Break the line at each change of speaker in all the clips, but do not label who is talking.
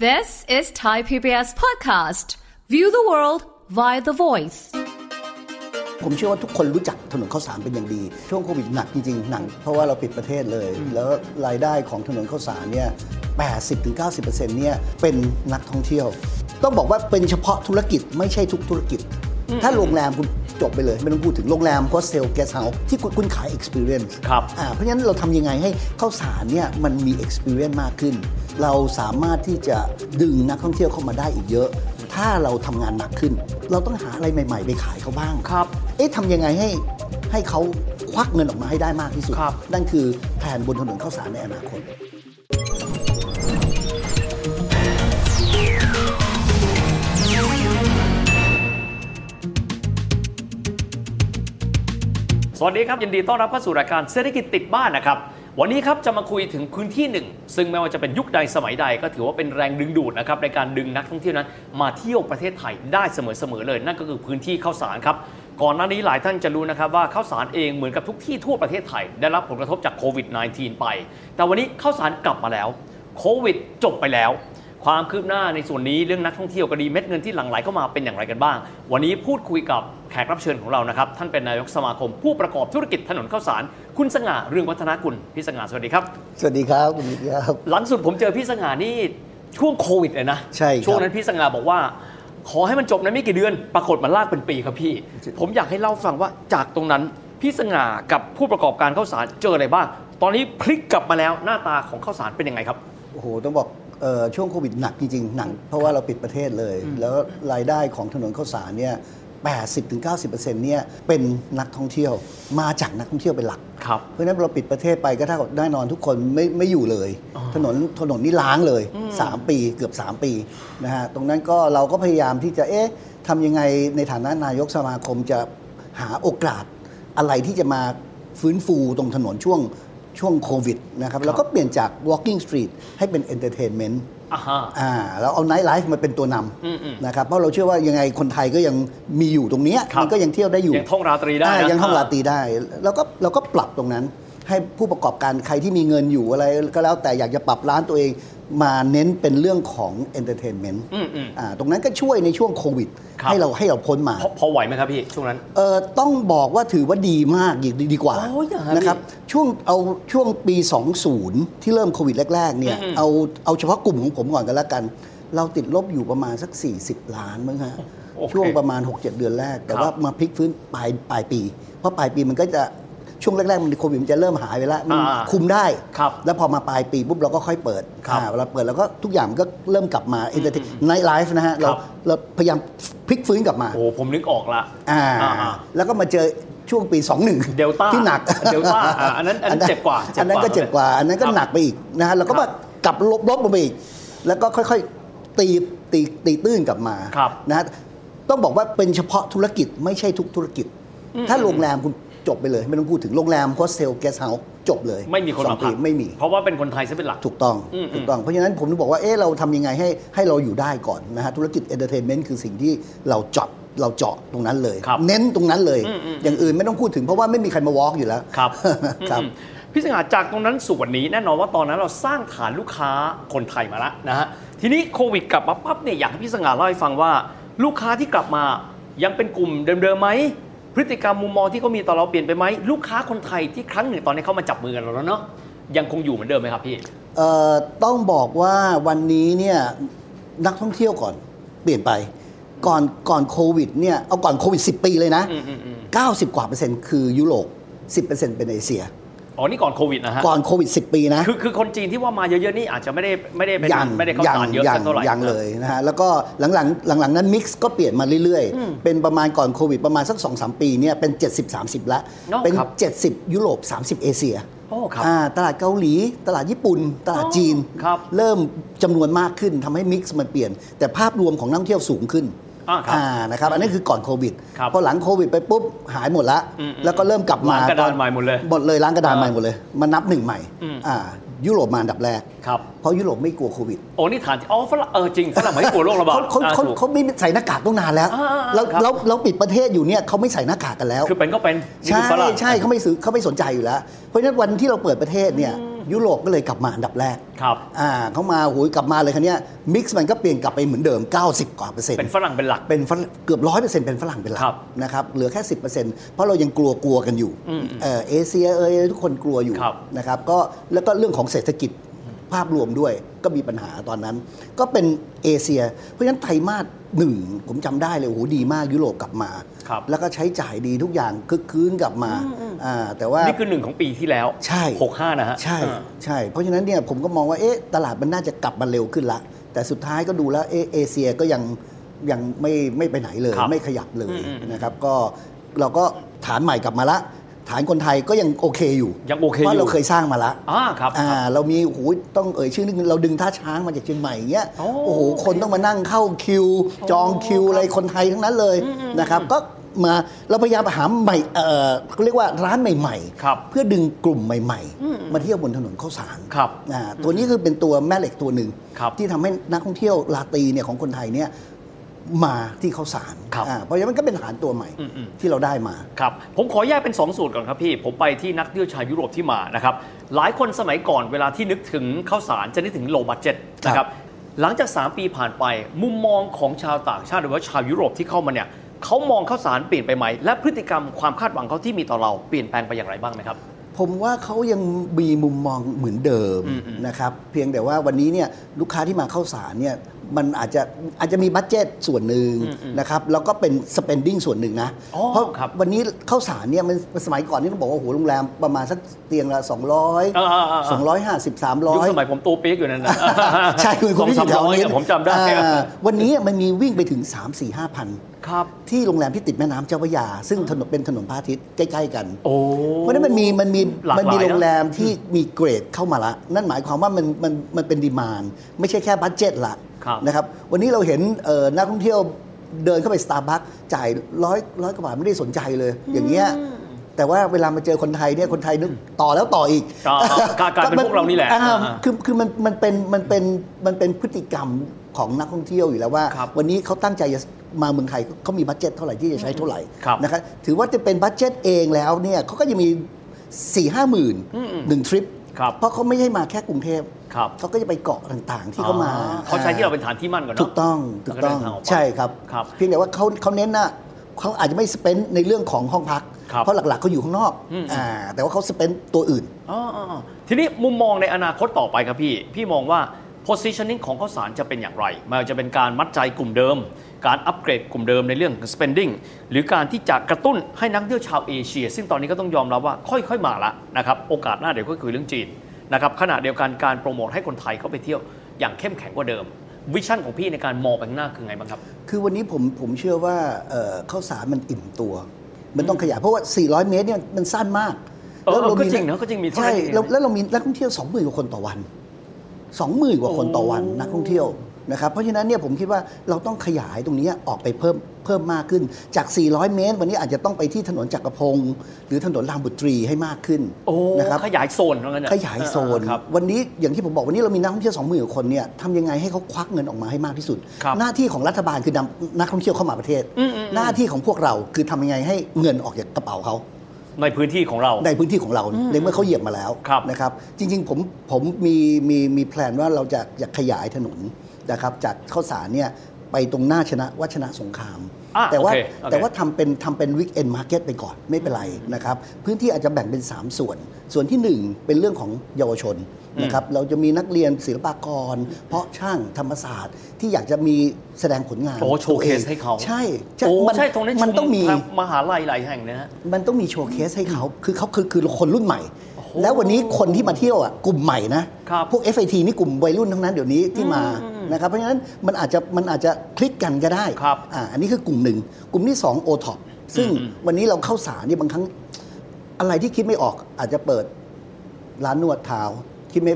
This is Thai PBS Podcast. View the world via the voice.
ผมเชื่อว่าทุกคนรู้จักถนนข้าวสารเป็นอย่างดี ช่วงโควิดหนักจริงๆหนักเพราะว่าเราปิดประเทศเลย แล้วรายได้ของถนนข้าวสารเนี่ย80-90%เนี่ยเป็นนักท่องเที่ยว ต้องบอกว่าเป็นเฉพาะธุรกิจไม่ใช่ทุกธุรกิจ ถ้าโรงแรมคุณจบไปเลย ไม่ต้องพูดถึงโรงแรมโฮสเทลแกสเฮาส์ที่คุณคุณขาย experience
ครับ
อ่าเพราะฉะนั้นเราทำยังไงให้ข้าวสารเนี่ยมันมี experience มากขึ้น เราสามารถที่จะดึงนักท่องเที่ยวเข้ามาได้อีกเยอะ ถ้าเราทำงานหนักขึ้น เราต้องหาอะไรใหม่ ๆ ไปขายเขาบ้าง
ครับ
เอ๊ะทำยังไงให้ให้เขาควักเงินออกมาให้ได้มากที่สุด
ครับ
นั่นคือแผนบนถนนข้าวสารในอนาคต
สวัสดีครับ ยินดีต้อนรับเข้าสู่รายการเศรษฐกิจติดบ้านนะครับ วันนี้ครับจะมาคุยถึงพื้นที่หนึ่ง ซึ่งไม่ว่าจะเป็นยุคใดสมัยใดก็ถือว่าเป็นแรงดึงดูดนะครับในการดึงนักท่องเที่ยวนั้น มาเที่ยวประเทศไทยได้เสมอๆเลย นั่นก็คือพื้นที่ข้าวสารครับ ก่อนหน้านี้หลายท่านจะรู้นะครับว่าข้าวสารเองเหมือนกับทุกที่ทั่วประเทศไทย ได้รับผลกระทบจากโควิด -19 ไป แต่วันนี้ข้าวสารกลับมาแล้วโควิดจบไปแล้ว ความคืบหน้าในส่วนนี้เรื่องนักท่องเที่ยวก็ดีเม็ดเงินที่หลั่งไหลเข้ามาเป็นอย่างไรกันบ้าง วันนี้พูดคุยกับแขกรับเชิญของเรานะครับ ท่านเป็นนายกสมาคม ผู้ประกอบธุรกิจถนนข้าวสาร คุณสง่าเรืองวัฒนากุลพี่สง่าสวัสดีครับ
สวัสดีครับคุณมิตรครับ
หลังสุดผมเจอพี่สง่านี่ช่วงโควิดเลยนะ
ใช่ครับ
ช่วงนั้นพี่สง่าบอกว่า ขอให้มันจบในไม่กี่เดือน ปรากฏมันลากเป็นปีครับพี่
ใช่
ผมอยากให้เล่าฟังว่าจากตรงนั้นพี่สง่ากับผู้ประกอบการข้าวสารเจออะไรบ้าง ตอนนี้พลิกกลับมาแล้วหน้าตาของข้าวสารเป็นยังไงครับ
โอ้โห ต้องบอกเออช่วงโควิดหนักจริงๆ หนักเพราะว่าเราปิดประเทศเลย แล้วรายได้ของถนนข้าวสารเนี่ย80-90%เนี่ยเป็นนักท่องเที่ยวมาจากนักท่องเที่ยวเป็นหลัก
ครับ
เพราะฉะนั้นเราปิดประเทศไปก็เท่ากับแน่นอนทุกคนไม่ไม่อยู่เลย ถนนถนนนี่ล้างเลย 3 ปีเกือบ 3 ปีนะฮะตรงนั้นก็เราก็พยายามที่จะเอ๊ะทำยังไงในฐานะนายกสมาคมจะหาโอกาสอะไรที่จะมาฟื้นฟูตรงถนนช่วงช่วงโควิดนะครับแล้วก็เปลี่ยนจาก walking street ให้เป็น entertainment
อ่าฮะ
อ่าเราเอาไนท์ไลฟ์มาเป็นตัวน
อืมอืม
ำนะครับเพราะเราเชื่อว่ายังไงคนไทยก็ยังมีอยู่ตรงเนี้ย
ครับ
มันก็ยังเที่ยวได้อยู่
ยังท่องราตรีได้นะ
อ่ยังท่องราตรีได้แล้วก็เราก็ปรับตรงนั้น ให้ผู้ประกอบการใครที่มีเงินอยู่อะไรก็แล้วแต่อยากจะปรับร้านตัวเองมาเน้นเป็นเรื่องของเอนเตอร์เทนเมนต์
อืมอืม
อ่าตรงนั้นก็ช่วยในช่วงโควิด
ครับ
ให้เราให้เราพ้นมา
พอพอไหวไหมครับพี่ ช่วงนั้น
เอ่อต้องบอกว่าถือว่าดีมากดีดีดีกว่า
โอ้ยเหรอฮะ
นะครับช่วงเอาช่วงปี 20 ที่เริ่มโควิดแรก ๆ เนี่ย
อืมๆ
เอาเอาเฉพาะกลุ่มของผมก่อนกันแล้วกัน เราติดลบอยู่ประมาณสัก 40 ล้านมั้งฮะ
โอเค
ช่วงประมาณ 6-7 เดือนแรก แต่
ครับ
ว่ามาพลิกฟื้นปลายปลายปี เพราะปลายปีมันก็จะช่วงแรก ๆ มันโควิดมันจะเริ่มหายไปแล้วมัน
อ่า
คุมได้
ครับ
แล้วพอมาปลายปีปุ๊บเราก็ค่อยเปิด
ครับ
อ่าเวลาเปิดแล้วก็ทุกอย่างมันก็เริ่มกลับมาเอนเตอร์เทนไนท์ไลฟ์นะฮะเรา
ครับ
เราพยายามพลิกฟื้นกลับมา
โอ้ผมนึกออกละ
อ่า
อ่า
แล้วก็มาเจอช่วงปี 21
Delta
ที่หนัก
Delta อ่าอันนั้นอันนั้นเจ็บกว่าเจ็บก
อัน
ว่า
นั้นก็เจ็บกว่า อันนั้นก็
ครับ
หนักไปอีกนะฮะเราก็
ครั
มา
บ
กลับลบลบลงไปอีก แล้วก็ค่อยๆตีตีตีตื้นกลับมา
ครับ
นะฮะต้องบอกว่าเป็นเฉพาะธุรกิจไม่ใช่ทุกธุรกิจ ถ้าโรงแรมคุณจบไปเลย ไม่ต้องพูดถึงโรงแรมโฮสเทลแกสเฮาส์จบเลย
ไม่มีคน
สอ
มาง พั
ปี
ก
ไม่มี
เพราะว่าเป็นคนไทยซะเป็นหลัก
ถูกต้อง
อืม
ถูกต้อง เพราะฉะนั้นผมถึงบอกว่าเอ๊ะเราทำยังไงให้ให้เราอยู่ได้ก่อนนะฮะธุรกิจเอนเตอร์เทนเมนต์คือสิ่งที่เราเจาะเราเจาะตรงนั้นเลย
ครับ
เน้นตรงนั้นเลย
อืมอืม
อย่างอื่นไม่ต้องพูดถึงเพราะว่าไม่มีใครมาวอล์กอยู่แล้ว
ครับ
ครับ
อืมพี่สง่าจากตรงนั้นสู่วันนี้แน่นอนว่าตอนนั้นเราสร้างฐานลูกค้าคนไทยมาแล้วนะฮะทีนี้โควิดกลับมาปั๊บเนี่ยอยากให้พี่สง่าเล่าให้ฟังว่า ลูกค้าที่กลับมายังเป็นกลุ่มเดิมๆไหมพฤติกรรมมุมมองที่เขามีต่อเราเปลี่ยนไปไหมลูกค้าคนไทยที่ครั้งหนึ่งตอนนี้เขามาจับมือกันเราแล้วเนาะยังคงอยู่เหมือนเดิมไหมครับพี่
เอ่อต้องบอกว่าวันนี้เนี่ยนักท่องเที่ยวก่อนเปลี่ยนไป ก่อนก่อนโควิดเนี่ยเอาก่อนโควิด 10 ปีเลยนะ
อืมอืมอืม
90 กว่าเปอร์เซ็นต์คือยุโรป10%เป็นเอเชีย
อ๋อนี่ก่อนโควิดนะฮะ
ก่อนโควิด 10 ปีนะ
คือคือคนจีนที่ว่ามาเยอะๆนี่อาจจะไม่ได้ไม่ได้เป็น
ยัง
ไม่ได้เข้าสารเยอะสักเท่าไหร่
ยังเลยนะฮะแล้วก็หลังๆหลังๆนั้นมิกซ์ก็เปลี่ยนมาเรื่อยๆ เป็นประมาณก่อนโควิดประมาณสัก 2-3 ปีเนี่ยเป็น 70 30 ละ
เนอะ
เป็น
ครับ
70 ยุโรป 30 เอเชีย
โอ้ครับ
อ่าตลาดเกาหลี ตลาดญี่ปุ่น ตลาดจีน
อ๋อครับ
เริ่มจำนวนมากขึ้นทำให้มิกซ์มันเปลี่ยน แต่ภาพรวมของนักท่องเที่ยวสูงขึ้น
อ่าครับ
อ่านะครับอันนี้คือก่อนโควิด
ครับ
พอหลังโควิดไปปุ๊บหายหมดละ
อืมๆ
แล้วก็เริ่มกลับมา
ล้างกระดานใหม่หมดเลย
หมดเลยล้างกระดาน
อ่า
ใหม่หมดเลยมานับหนึ่งใหม่
อืม
อ่ายุโรปมาอันดับแรก
ครับ
เพราะยุโรปไม่กลัวโควิด
โอ้นี่ฐานอ๋อฝรั่งเออจริงฝรั่งไม่กลัวโรคระบาด
เขาเขา
อ่
เขา
ถูก
เขาไม่ใส่หน้ากากต้องนานแล้ว
อ่าอ่าอ่า
แล้ว
ครับ
แล้วแล้วปิดประเทศอยู่เนี่ยเขาไม่ใส่หน้ากากกันแล้ว
คือเป็นก็เป็นนี่
ใช่
คือฝรั่ง
ใช่เขาไม่ซื้อเขาไม่สนใจอยู่แล้ว เพราะฉะนั้นวันที่เราเปิดประเทศเนี่ย ยุโรปก็เลยกลับมาอันดับแรก
ครับ
อ่าเขามาโหยกลับมาเลยคันนี้มิกซ์มันก็เปลี่ยนกลับไปเหมือนเดิม 90 กว่าเปอร์เซ็นต์
เป็นฝรั่งเป็นหลัก
เป็นฝรั่งเกือบร้อยเปอร์เซ็นต์เป็นฝรั่งเป็นหลั
ครั
ก
บ
นะครับเหลือแค่สิบเปอร์เซ็นต์เพราะเรายังกลัวกลัวๆกันอยู่เอ่อเอเชียเอยทุกคนกลัวอยู่
ครับ
นะครับก็แล้วก็เรื่องของเศรษฐกิจภาพรวมด้วยก็มีปัญหาตอนนั้น ก็เป็นเอเชีย เพราะฉะนั้นไตรมาสหนึ่งผมจำได้เลยโอ้โหดีมากยุโรปกลับมา
ครับ
แล้วก็ใช้จ่ายดีทุกอย่างคึกคืนกลับมาอ่าแต่ว่า
นี่คือหนึ่งของปีที่แล้ว
ใช่
65 นะฮะ
ใช่
อ่า
ใช่ เพราะฉะนั้นเนี่ยผมก็มองว่าเอ๊ะตลาดมันน่าจะกลับมาเร็วขึ้นละ แต่สุดท้ายก็ดูแล้วเอะเอเชียก็ยังยังไม่ไม่ไปไหนเลย
ครับ
ไม่ขยับเลย
อืมอืม
นะครับก็เราก็ฐานใหม่กลับมาละ ฐานคนไทยก็ยังโอเคอยู่
ยังโอเค
พ
อ
ราะ
ยู่
เราเคยสร้างมาละ
อ่าครับค
อ่า
รับ
เรามีโอ้โหต้องเอ่ยชื่อนึงเราดึงท่าช้างมาจากเชียงใหม่อย่างเงี้ย
โอ้
โอ้โหคนต้องมานั่งเข้าคิว จองคิวอะไรคนไทยทั้งนั้นเลยนะครับก็มาเราพยายามหาใหม่เออเขาเรียกว่าร้านใหม่ๆ
ครับ
เพื่อดึงกลุ่มใหม่ ๆ มาเที่ยวบนถนนข้าวสาร
ครับ
อ่าตัวนี้คือเป็นตัวแม่เหล็กตัวหนึ่ง
ครับ
ที่ทำให้นักท่องเที่ยวลาตีเนี่ยของคนไทยเนี่ยมาที่ข้าวสาร
ครับ
อ่าเพราะฉะนั้นมันก็เป็นฐานตัวใหม่
อืม
ที่เราได้มา
ครับ ผมขอแยกเป็น 2 สูตรก่อนครับพี่ ผมไปที่นักเที่ยวชาวยุโรปที่มานะครับ หลายคนสมัยก่อนเวลาที่นึกถึงข้าวสารจะนึกถึงโลบัตเจ็ตนะครับ หลังจาก 3 ปีผ่านไป มุมมองของชาวต่างชาติหรือว่าชาวยุโรปที่เข้ามาเนี่ยเขามองข้าวสารเปลี่ยนไปไหม และพฤติกรรมความคาดหวังเขาที่มีต่อเราเปลี่ยนแปลงไปอย่างไรบ้างไหมครับ
ผมว่าเขายังมีมุมมองเหมือนเดิมนะครับเพียงแต่ว่าวันนี้เนี่ยลูกค้าที่มาเข้าสารเนี่ยมันอาจจะอาจจะมีบัตเจตส่วนหนึ่งนะครับแล้วก็เป็น spending ส่วนหนึ่งนะ
อ๋อ
เพราะ
ครับ
วันนี้เข้าสารเนี่ยมันสมัยก่อนนี่ต้องบอกว่าโอ้โหโรงแรมประมาณสักเตียงละ 200
อ่าๆๆ
250 300
ยุคสมัยผมตัวเปี๊ยกอยู่นั่นนะ
ใช่คุณ
ส
คุ
อ
ณ
ง
พี่
สาม
แถว
ร้อย
นี้
เนี่ยผมจำได้
อ่าวันนี้มันมีวิ่งไปถึง 3 4 5 0 0พัน
ครับ
ที่โรงแรมที่ติดแม่น้ำเจ้าพระยา ซึ่งถนนเป็นถนนพระอาทิตย์ใกล้ ๆ กัน
โอ้
เพราะฉะนั้นมันมีมันมี
หลากหลาย
มันมีโรง
นะ
แรมที่มีเกรดเข้ามาละ นั่นหมายความว่ามันมันมันเป็นดีมานไม่ใช่แค่บัตเจ็ตละ
ครับ
นะครับวันนี้เราเห็นเอ่อนักท่องเที่ยวเดินเข้าไปสตาร์บัคจ่ายร้อยร้อยกว่าบาทไม่ได้สนใจเลย อย่างเงี้ยแต่ว่าเวลามาเจอคนไทยเนี่ยคนไทยนึกต่อแล้วต่ออีก
ต่อก็กลายเป็นพวกเรานี่แหละ
อ่
อ่าฮะ
คือคือมันมันเป็นมันเป็นมันเป็นพฤติกรรมของนักท่องเที่ยวอยู่แล้วว่า
ครับ
วันนี้เขาตั้งใจจะมาเมืองไทยเขามีบัตเจ็ตเท่าไหร่ที่จะใช้เท่าไหร่
ครับ
นะ นะครับถือว่าจะเป็นบัตเจ็ตเองแล้วเนี่ยเขาก็จะมี4ี่ห้าหมื่นหนึ่งทริป
ครับ
เพราะเขาไม่ใช่มาแค่กรุงเทพ
ครับ
เขาก็จะไปเกาะต่างๆ ที่เขามา
อ่เขาใช้ที่เราเป็นฐานที่มั่นก่อนเนอะ
ถูกต้องถูกต้อง
แล้วเดินทางออกไป
ใช่ครับ
ครับ
เพียงแต่ว่าเขาเขาเน้นนะเขาอาจจะไม่สเปนในเรื่องของห้องพัก
ครับ
เพราะหลักๆเขาอยู่ข้างนอก
อืม
อ่าแต่ว่าเขาสเปนตัวอื่น
อ๋ออ๋ออ๋อทีนี้มุมมองในอนาคตต่อไปครับพี่ พี่มองว่า positioning ของข้าวสารจะเป็นอย่างไรไมันจะเป็นการมัดใจกลุ่มเดิม การอัปเกรดกลุ่มเดิมในเรื่อง spending หรือการที่จะกระตุ้นให้นักท่องเที่ยวชาวเอเชีย ซึ่งตอนนี้ก็ต้องยอมรับว่าค่อยๆมาละนะครับ โอกาสหน้าเดี๋ยวก็คือเรื่องจีนนะครับขณะเดียวกันการโปรโมทให้คนไทยเข้าไปเที่ยวอย่างเข้มแข็งกว่าเดิม วิชั่นของพี่ในการมองไปข้างหน้าคือไงบ้างครับ
คือวันนี้ผมผมเชื่อว่าเอ่อข้าวสารมันอิ่มตัว มันต้องขยายเพราะว่า 400 เมตรเนี่ยมันสั้นมาก
เออเออก็จริงนะก็จริงมีเท่านั้
ใช่
นเองนะ
แล้วแล้วเรามีนักท่องเที่ยว 20,000กว่าคนต่อวัน 20,000กว่าคนต่อวัน
โอ้
นักท่องเที่ยวนะครับเพราะฉะนั้นเนี่ยผมคิดว่าเราต้องขยายตรงเนี้ยออกไปเพิ่มเพิ่มมากขึ้นจาก 400 เมตร วันนี้อาจจะต้องไปที่ถนนจักรพงศ์หรือถนนรามบุตรีให้มากขึ้น
โอ้
นะครับ
ขยายโซนเหมือนกันนะ
ขยายโซน
ครับ
วันนี้อย่างที่ผมบอกวันนี้เรามีนักท่องเที่ยวสองหมื่นกว่าคนเนี่ยทำยังไงให้เขาควักเงินออกมาให้มากที่สุด
ครับ
หน้าที่ของรัฐบาลคือนำนักท่องเที่ยวเข้ามาประเทศ
อืมอืมอืม
หน้าที่ของพวกเราคือทำยังไงให้เงินออกจากกระเป๋าเขา
ในพื้นที่ของเรา
ในพื้นที่ของเราในเมื่อเขาเหยียบมาแล้ว
ครับ
นะครับ จริงๆผมผมมีมีมีแพลนว่าเราจะจะขยายถนนนะครับจากข้าวสารเนี่ยไปตรงหน้าชนะวัชนะสงคราม
อ่ะ
แต่ว่า
โอเคโอเค
แต่ว่า ทำเป็นทำเป็นวิกเอนมาร์เก็ตไปก่อนไม่เป็นไรนะครับพื้นที่อาจจะแบ่งเป็น 3 ส่วน ส่วนทีหนึ่1 เป็นเรื่องของเยาวชนนะครับเราจะมีนักเรียนศิลปากร เพราะช่างธรรมศาสตร์ ที่อยากจะมีแสดงผลงาน
โอ้โชว์เคส
ตัวอง
ให้เขา
ใช่
โอ้
มั
ใช่ตรงนั้น
มันต้องมี
ชทามหาลัยหลายแห่งนะฮะ
มันต้องมีโชว์เคสให้เขา คือเขาคือคือคนรุ่นใหม่ แล้ววันนี้คนที่มาเที่ยวอ่ะกลุ่มใหม่นะ
ครับ
พวก FIT นี่กลุ่มวัยรุ่นทั้งนั้นเดี๋ยวนี้ที่มา นะครับ เพราะฉะนั้นมันอาจจะมันอาจจะคลิกกันก็ได้
ครับ
อ่าอันนี้คือกลุ่มหนึ่ง กลุ่มที่2 o t o p ซึ่งวันนี้เราเข้าสารเนี่ยบางครั้ง อะไรที่คิดไม่ออกอาจจะเปิดร้านนวดเท้า คิดไม่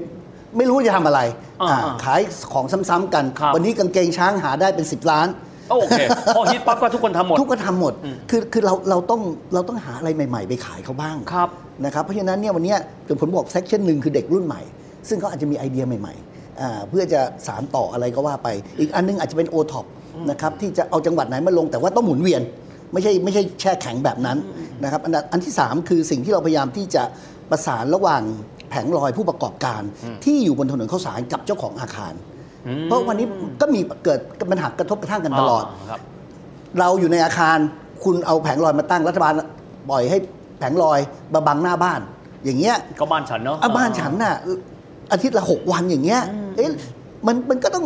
ไม่รู้จะทำอะไร
อ่า
อ่าขายของซ้ำๆกัน
ครับ
วันนี้กางเกงช้างหาได้เป็น 10 ล้าน
โอเค พอฮิตปั๊บก็ทุกคนทำหมด
ทุกคนทำหมด คือคือเราเราต้องเราต้องหาอะไรใหม่ ๆ ไปขายเขาบ้าง
ครับ
นะครับ เพราะฉะนั้นเนี่ยวันเนี้ยถึงผมบอกเซกชันหนึ่งคือเด็กรุ่นใหม่ ซึ่งเขาอาจจะมีไอเดียใหม่ๆอ่าเพื่อจะสารต่ออะไรก็ว่าไป อีกอันนึงอาจจะเป็นโอท็อปนะครับที่จะเอาจังหวัดไหนมาลงแต่ว่าต้องหมุนเวียน ไม่ใช่ไม่ใช่แช่แข็งแบบนั้นนะครับอันดับอันที่ 3 คือสิ่งที่เราพยายามที่จะประสานระหว่าง แผงลอยผู้ประกอบการที่อยู่บนถนนข้าวสารกับเจ้าของอาคาร เพราะวันนี้ก็มีเกิดปัญหากระทบกระทั่งกันตลอด
าครับ
เราอยู่ในอาคารคุณเอาแผงลอยมาตั้งรัฐบาลปล่อยให้แผงลอยมาบังหน้าบ้าน อย่างเงี้ย
ก็บ้านฉันเนาะ
อะบ้านฉันน่ะอาทิตย์ละหกวันอย่างเงี้ยเอ๊ะมันมันก็ต้อง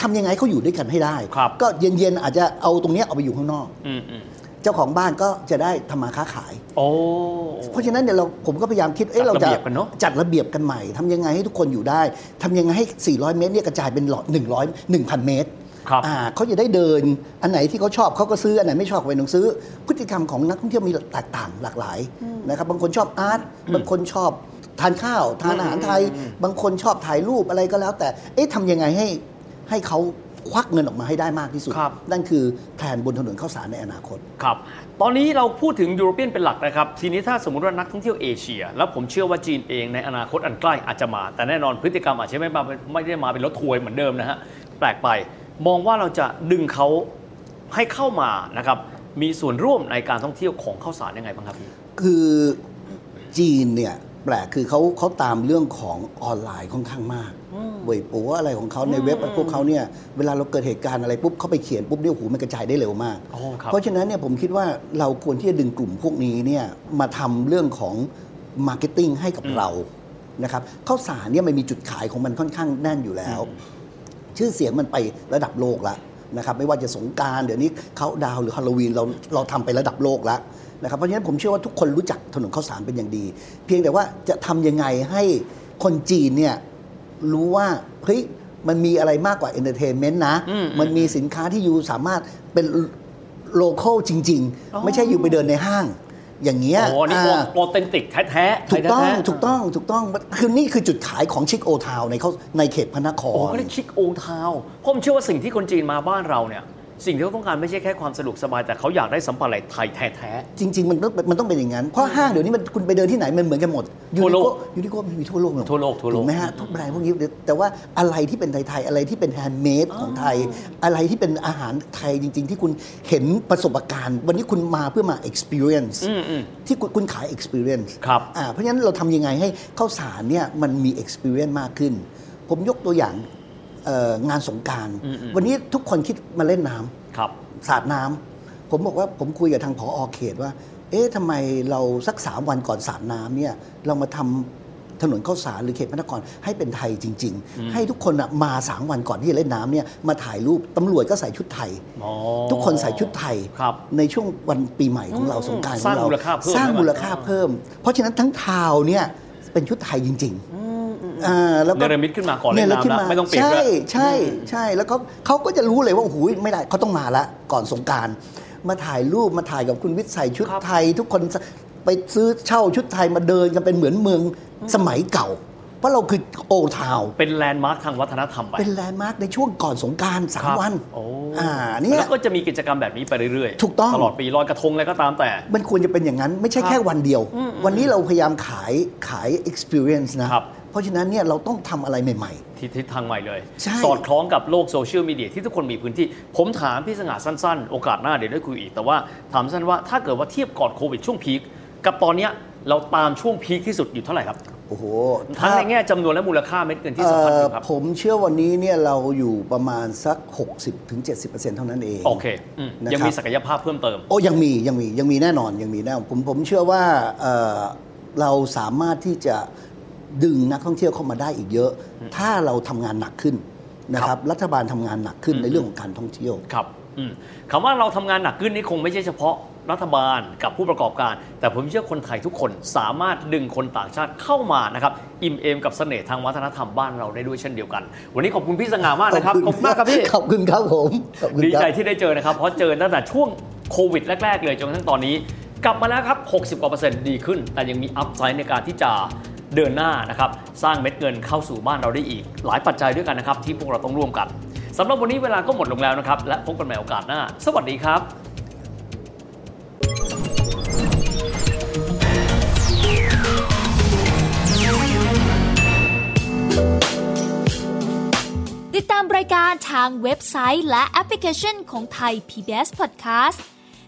ทำยังไงเขาอยู่ด้วยกันให้ได้
ครับ
ก็เย็นๆอาจจะเอาตรงเนี้ยเอาไปอยู่ข้างนอก
อืมอืม
เจ้าของบ้านก็จะได้ทำมาค้าขาย
โอ้
เพราะฉะนั้นเนี่ยเราผมก็พยายามคิดเอ้ย
จั
เรา
ด
จะ
ระเบียบกันเนอะ
จัดระเบียบกันใหม่ทำยังไงให้ทุกคนอยู่ได้ทำยังไงให้ 400 เมตรเนี่ยกระจายเป็นหลอด100 1,000 เมตร
ครับ
อ่าเขาจะได้เดินอันไหนที่เขาชอบเขาก็ซื้ออันไหนไม่ชอบก็ไปหนงซื้อ พฤติกรรมของนักท่องเที่ยวมีแตกต่างหลากหลายนะครับบางคนชอบอาร์ตบางคนชอบทานข้าว ทานอาหารไทย บางคนชอบถ่ายรูปอะไรก็แล้ว แต่เอ๊ะทำยังไงให้ให้เขาควักเงินออกมาให้ได้มากที่สุด
ครับ
นั่นคือแผนบนถนนข้าวสารในอนาคต
ครับ ตอนนี้เราพูดถึงยูโรเปียนเป็นหลักนะครับ ทีนี้ถ้าสมมติว่านักท่องเที่ยวเอเชีย แล้วผมเชื่อว่าจีนเองในอนาคตอันใกล้อาจจะมา แต่แน่นอนพฤติกรรมอาจจะไม่มาไม่ได้มาเป็นรถทัวร์เหมือนเดิมนะฮะ แปลกไป มองว่าเราจะดึงเขาให้เข้ามานะครับ มีส่วนร่วมในการท่องเที่ยวของข้าวสารยังไงบ้างครับพี่
คือจีนเนี่ยแปลกคือเขาเขาตามเรื่องของออนไลน์ค่อนข้างมากเว็บปัวอะไรของเขาในเว็บพวกเขาเนี่ยเวลาเราเกิดเหตุการณ์อะไรปุ๊บเขาไปเขียนปุ๊บเนี่ยโอ้โหมันกระจายได้เร็วมาก
โอ้ครับ
เพราะฉะนั้นเนี่ยผมคิดว่าเราควรที่จะดึงกลุ่มพวกนี้เนี่ยมาทำเรื่องของมาร์เก็ตติ้งให้กับเรานะครับข้าวสารเนี่ยมันมีจุดขายของมันค่อนข้างแน่นอยู่แล้ว ชื่อเสียงมันไประดับโลกแล้วนะครับไม่ว่าจะสงกราร เดี๋ยวนี้เขาดาวน์หรือฮาโลวีนเราเราทำไประดับโลกแล้วนะครับเพราะฉะนั้นผมเชื่อว่าทุกคนรู้จักถนนข้าวสารเป็นอย่างดี เพียงแต่ว่าจะทำยังไงให้คนจีนเนี่ยรู้ว่าเฮ้ยมันมีอะไรมากกว่าเอนเตอร์เทนเมนต์นะ
อืม
มันมีสินค้าที่อยู่สามารถเป็นโลเคอลจริง
อ๋อ
ๆ ไม่ใช่อยู่ไปเดินในห้าง อย่างเงี้ย
โอ้นี่
อ่า
โอเทนติกแท้ๆไทย
ถูกต้อง
แท้ๆ
ถูกต้องถูกต้องคือนี่คือจุดขายของชิคโอทาวในเขาในเขตพระนคร
โอ้ก็เรียกชิคโอทาวผมเชื่อว่าสิ่งที่คนจีนมาบ้านเราเนี่ย สิ่งที่เขาต้องการไม่ใช่แค่ความสะดวกสบายแต่เขาอยากได้สัมผัสอะไรไทยแท้ๆ
จริง ๆ มันต้องมันต้องเป็นอย่างนั้น เพราะห้างเดี๋ยวนี้มันคุณไปเดินที่ไหนมันเหมือนกันหมด
ทั่วโลก
ยูนิโก้มันมีทั่วโลกหมด
ทั่วโลกทั่วโลก
ถูกไหมฮะทุกแบรนด์พวกนี้แต่ว่าอะไรที่เป็นไทย ๆ อะไรที่เป็นแฮนด์เมดของไทย อะไรที่เป็นอาหารไทยจริง ๆ ที่คุณเห็นประสบการณ์ วันนี้คุณมาเพื่อมา experience
อืมอืม
ที่คุณคุณขาย experience
ครับ
อ่าเพราะฉะนั้นเราทำยังไงให้ข้าวสารเนี่ยมันมี experience มากขึ้น ผมยกตัวอย่างเอ่องานสงกราร
อืมอืม
วันนี้ทุกคนคิดมาเล่นน้ำ
ครับ
สาดน้ำผมบอกว่าผมคุยกับทางผออเขตว่า เอ๊ะทำไมเราสักสามวันก่อนสาดน้ำเนี่ยเรามาทำถนนข้าวสารหรือเขตพระนครให้เป็นไทยจริง ๆ ให้ทุกคนน่ะมาสามวันก่อนที่จะเล่นน้ำเนี่ยมาถ่ายรูปตำรวจก็ใส่ชุดไทย
อ๋อ
ทุกคนใส่ชุดไทย
ครับ
ในช่วงวันปีใหม่ของเราสงกรารขอ
สร้าง
งเรา
มูลค่าเพิ่ม
สร้าง
ให้มัน
มูลค่าเพิ่ม เพราะฉะนั้นทั้งทาวน์เนี่ยเป็นชุดไทยจริงๆอ่าแล้วก็
เนรมิตขึ้นมาก่อนเล่
ย
นน้ำ
ขึ้
แล้วไม่ต้องเปลี่ยนด้ว
ใช่
ย
ใช่ใช่ แล้วก็เขาก็จะรู้เลยว่าโอ้โหไม่ได้เขาต้องมาละก่อนสงกราร มาถ่ายรูปมาถ่ายกับคุณวิทย์ใส่ชุด
ครับ
ไทย ทุกคนไปซื้อเช่าชุดไทยมาเดินกันเป็นเหมือนเมืองสมัยเก่า เพราะเราคือโอทาว
เป็นแลนด์มาร์คทางวัฒนธรรมไป
เป็นแลนด์มาร์คในช่วงก่อนสงกรารสาม
ครับ
วัน
โอ้
อ่าเนี่ย
แล้วก็จะมีกิจกรรมแบบนี้ไปเรื่อย
ถูกต้อง
ตลอดปีลอยกระทงอะไรก็ตามแต่
มันควรจะเป็นอย่างนั้นไม่ใช่แค่วันเดียว วันนี้เราพยายามขายขาย experience นะครับ เพราะฉะนั้นเนี่ยเราต้องทำอะไรใหม่ ๆ
ทิศทิศทางใหม่เลย
ใช่
สอดคล้องกับโลกโซเชียลมีเดียที่ทุกคนมีพื้นที่ ผมถามพี่สง่าสั้นๆ โอกาสหน้าเดี๋ยวได้คุยอีก แต่ว่าถามสั้นว่าถ้าเกิดว่าเทียบก่อนโควิดช่วงพีคกับตอนเนี้ยเราตามช่วงพีคที่สุดอยู่เท่าไหร่ครับ
โอ้โห
ทั้ง
ถ้า
ในแง่จำนวนและมูลค่าเม็ดเงินที่สัมพันธ์อยู่ครับ
เอ่อผมเชื่อวันนี้เนี่ยเราอยู่ประมาณสัก 60-70%เท่านั้นเอง
โอเคอืม
นะ
ยัง
ครับ
มีศักยภาพเพิ่มเติม
โอ้ยังมียังมียังมีแน่นอนยังมีแน่นอนผมผมเชื่อว่าเอ่อเราสามารถที่จะดึงนักท่องเที่ยวเข้ามาได้อีกเยอะ ถ้าเราทำงานหนักขึ้นนะครับรัฐบาลทำงานหนักขึ้นในเรื่องของการท่องเที่ยว
ครับอืมคำว่าเราทำงานหนักขึ้นนี่คงไม่ใช่เฉพาะรัฐบาลกับผู้ประกอบการ แต่ผมเชื่อคนไทยทุกคนสามารถดึงคนต่างชาติเข้ามานะครับ อิ่มเอมกับเสน่ห์ทางวัฒนธรรมบ้านเราได้ด้วยเช่นเดียวกัน วันนี้ขอบคุณพี่สง่ามากนะครับ ขอบคุณมากครับพี่
ขอบคุณครับผมขอบคุณ
ดี
ครับ
ใจที่ได้เจอนะครับ เพราะเจอตั้งแต่ช่วงโควิดแรก ๆ เลยจนกระทั่งตอนนี้ กลับมาแล้วครับ 60 กว่าเปอร์เซ็นต์ดีขึ้น แต่ยังมีอัพไซด์ในการที่จะเดินหน้านะครับ สร้างเม็ดเงินเข้าสู่บ้านเราได้อีก หลายปัจจัยด้วยกันนะครับ ที่พวกเราต้องร่วมกันสำหรับวันนี้เวลาก็หมดลงแล้วนะครับ และพบกันใหม่โอกาสหน้า สวัสดีครับ
ติดตามรายการทางเว็บไซต์และแอปพลิเคชันของไทย PBS Podcast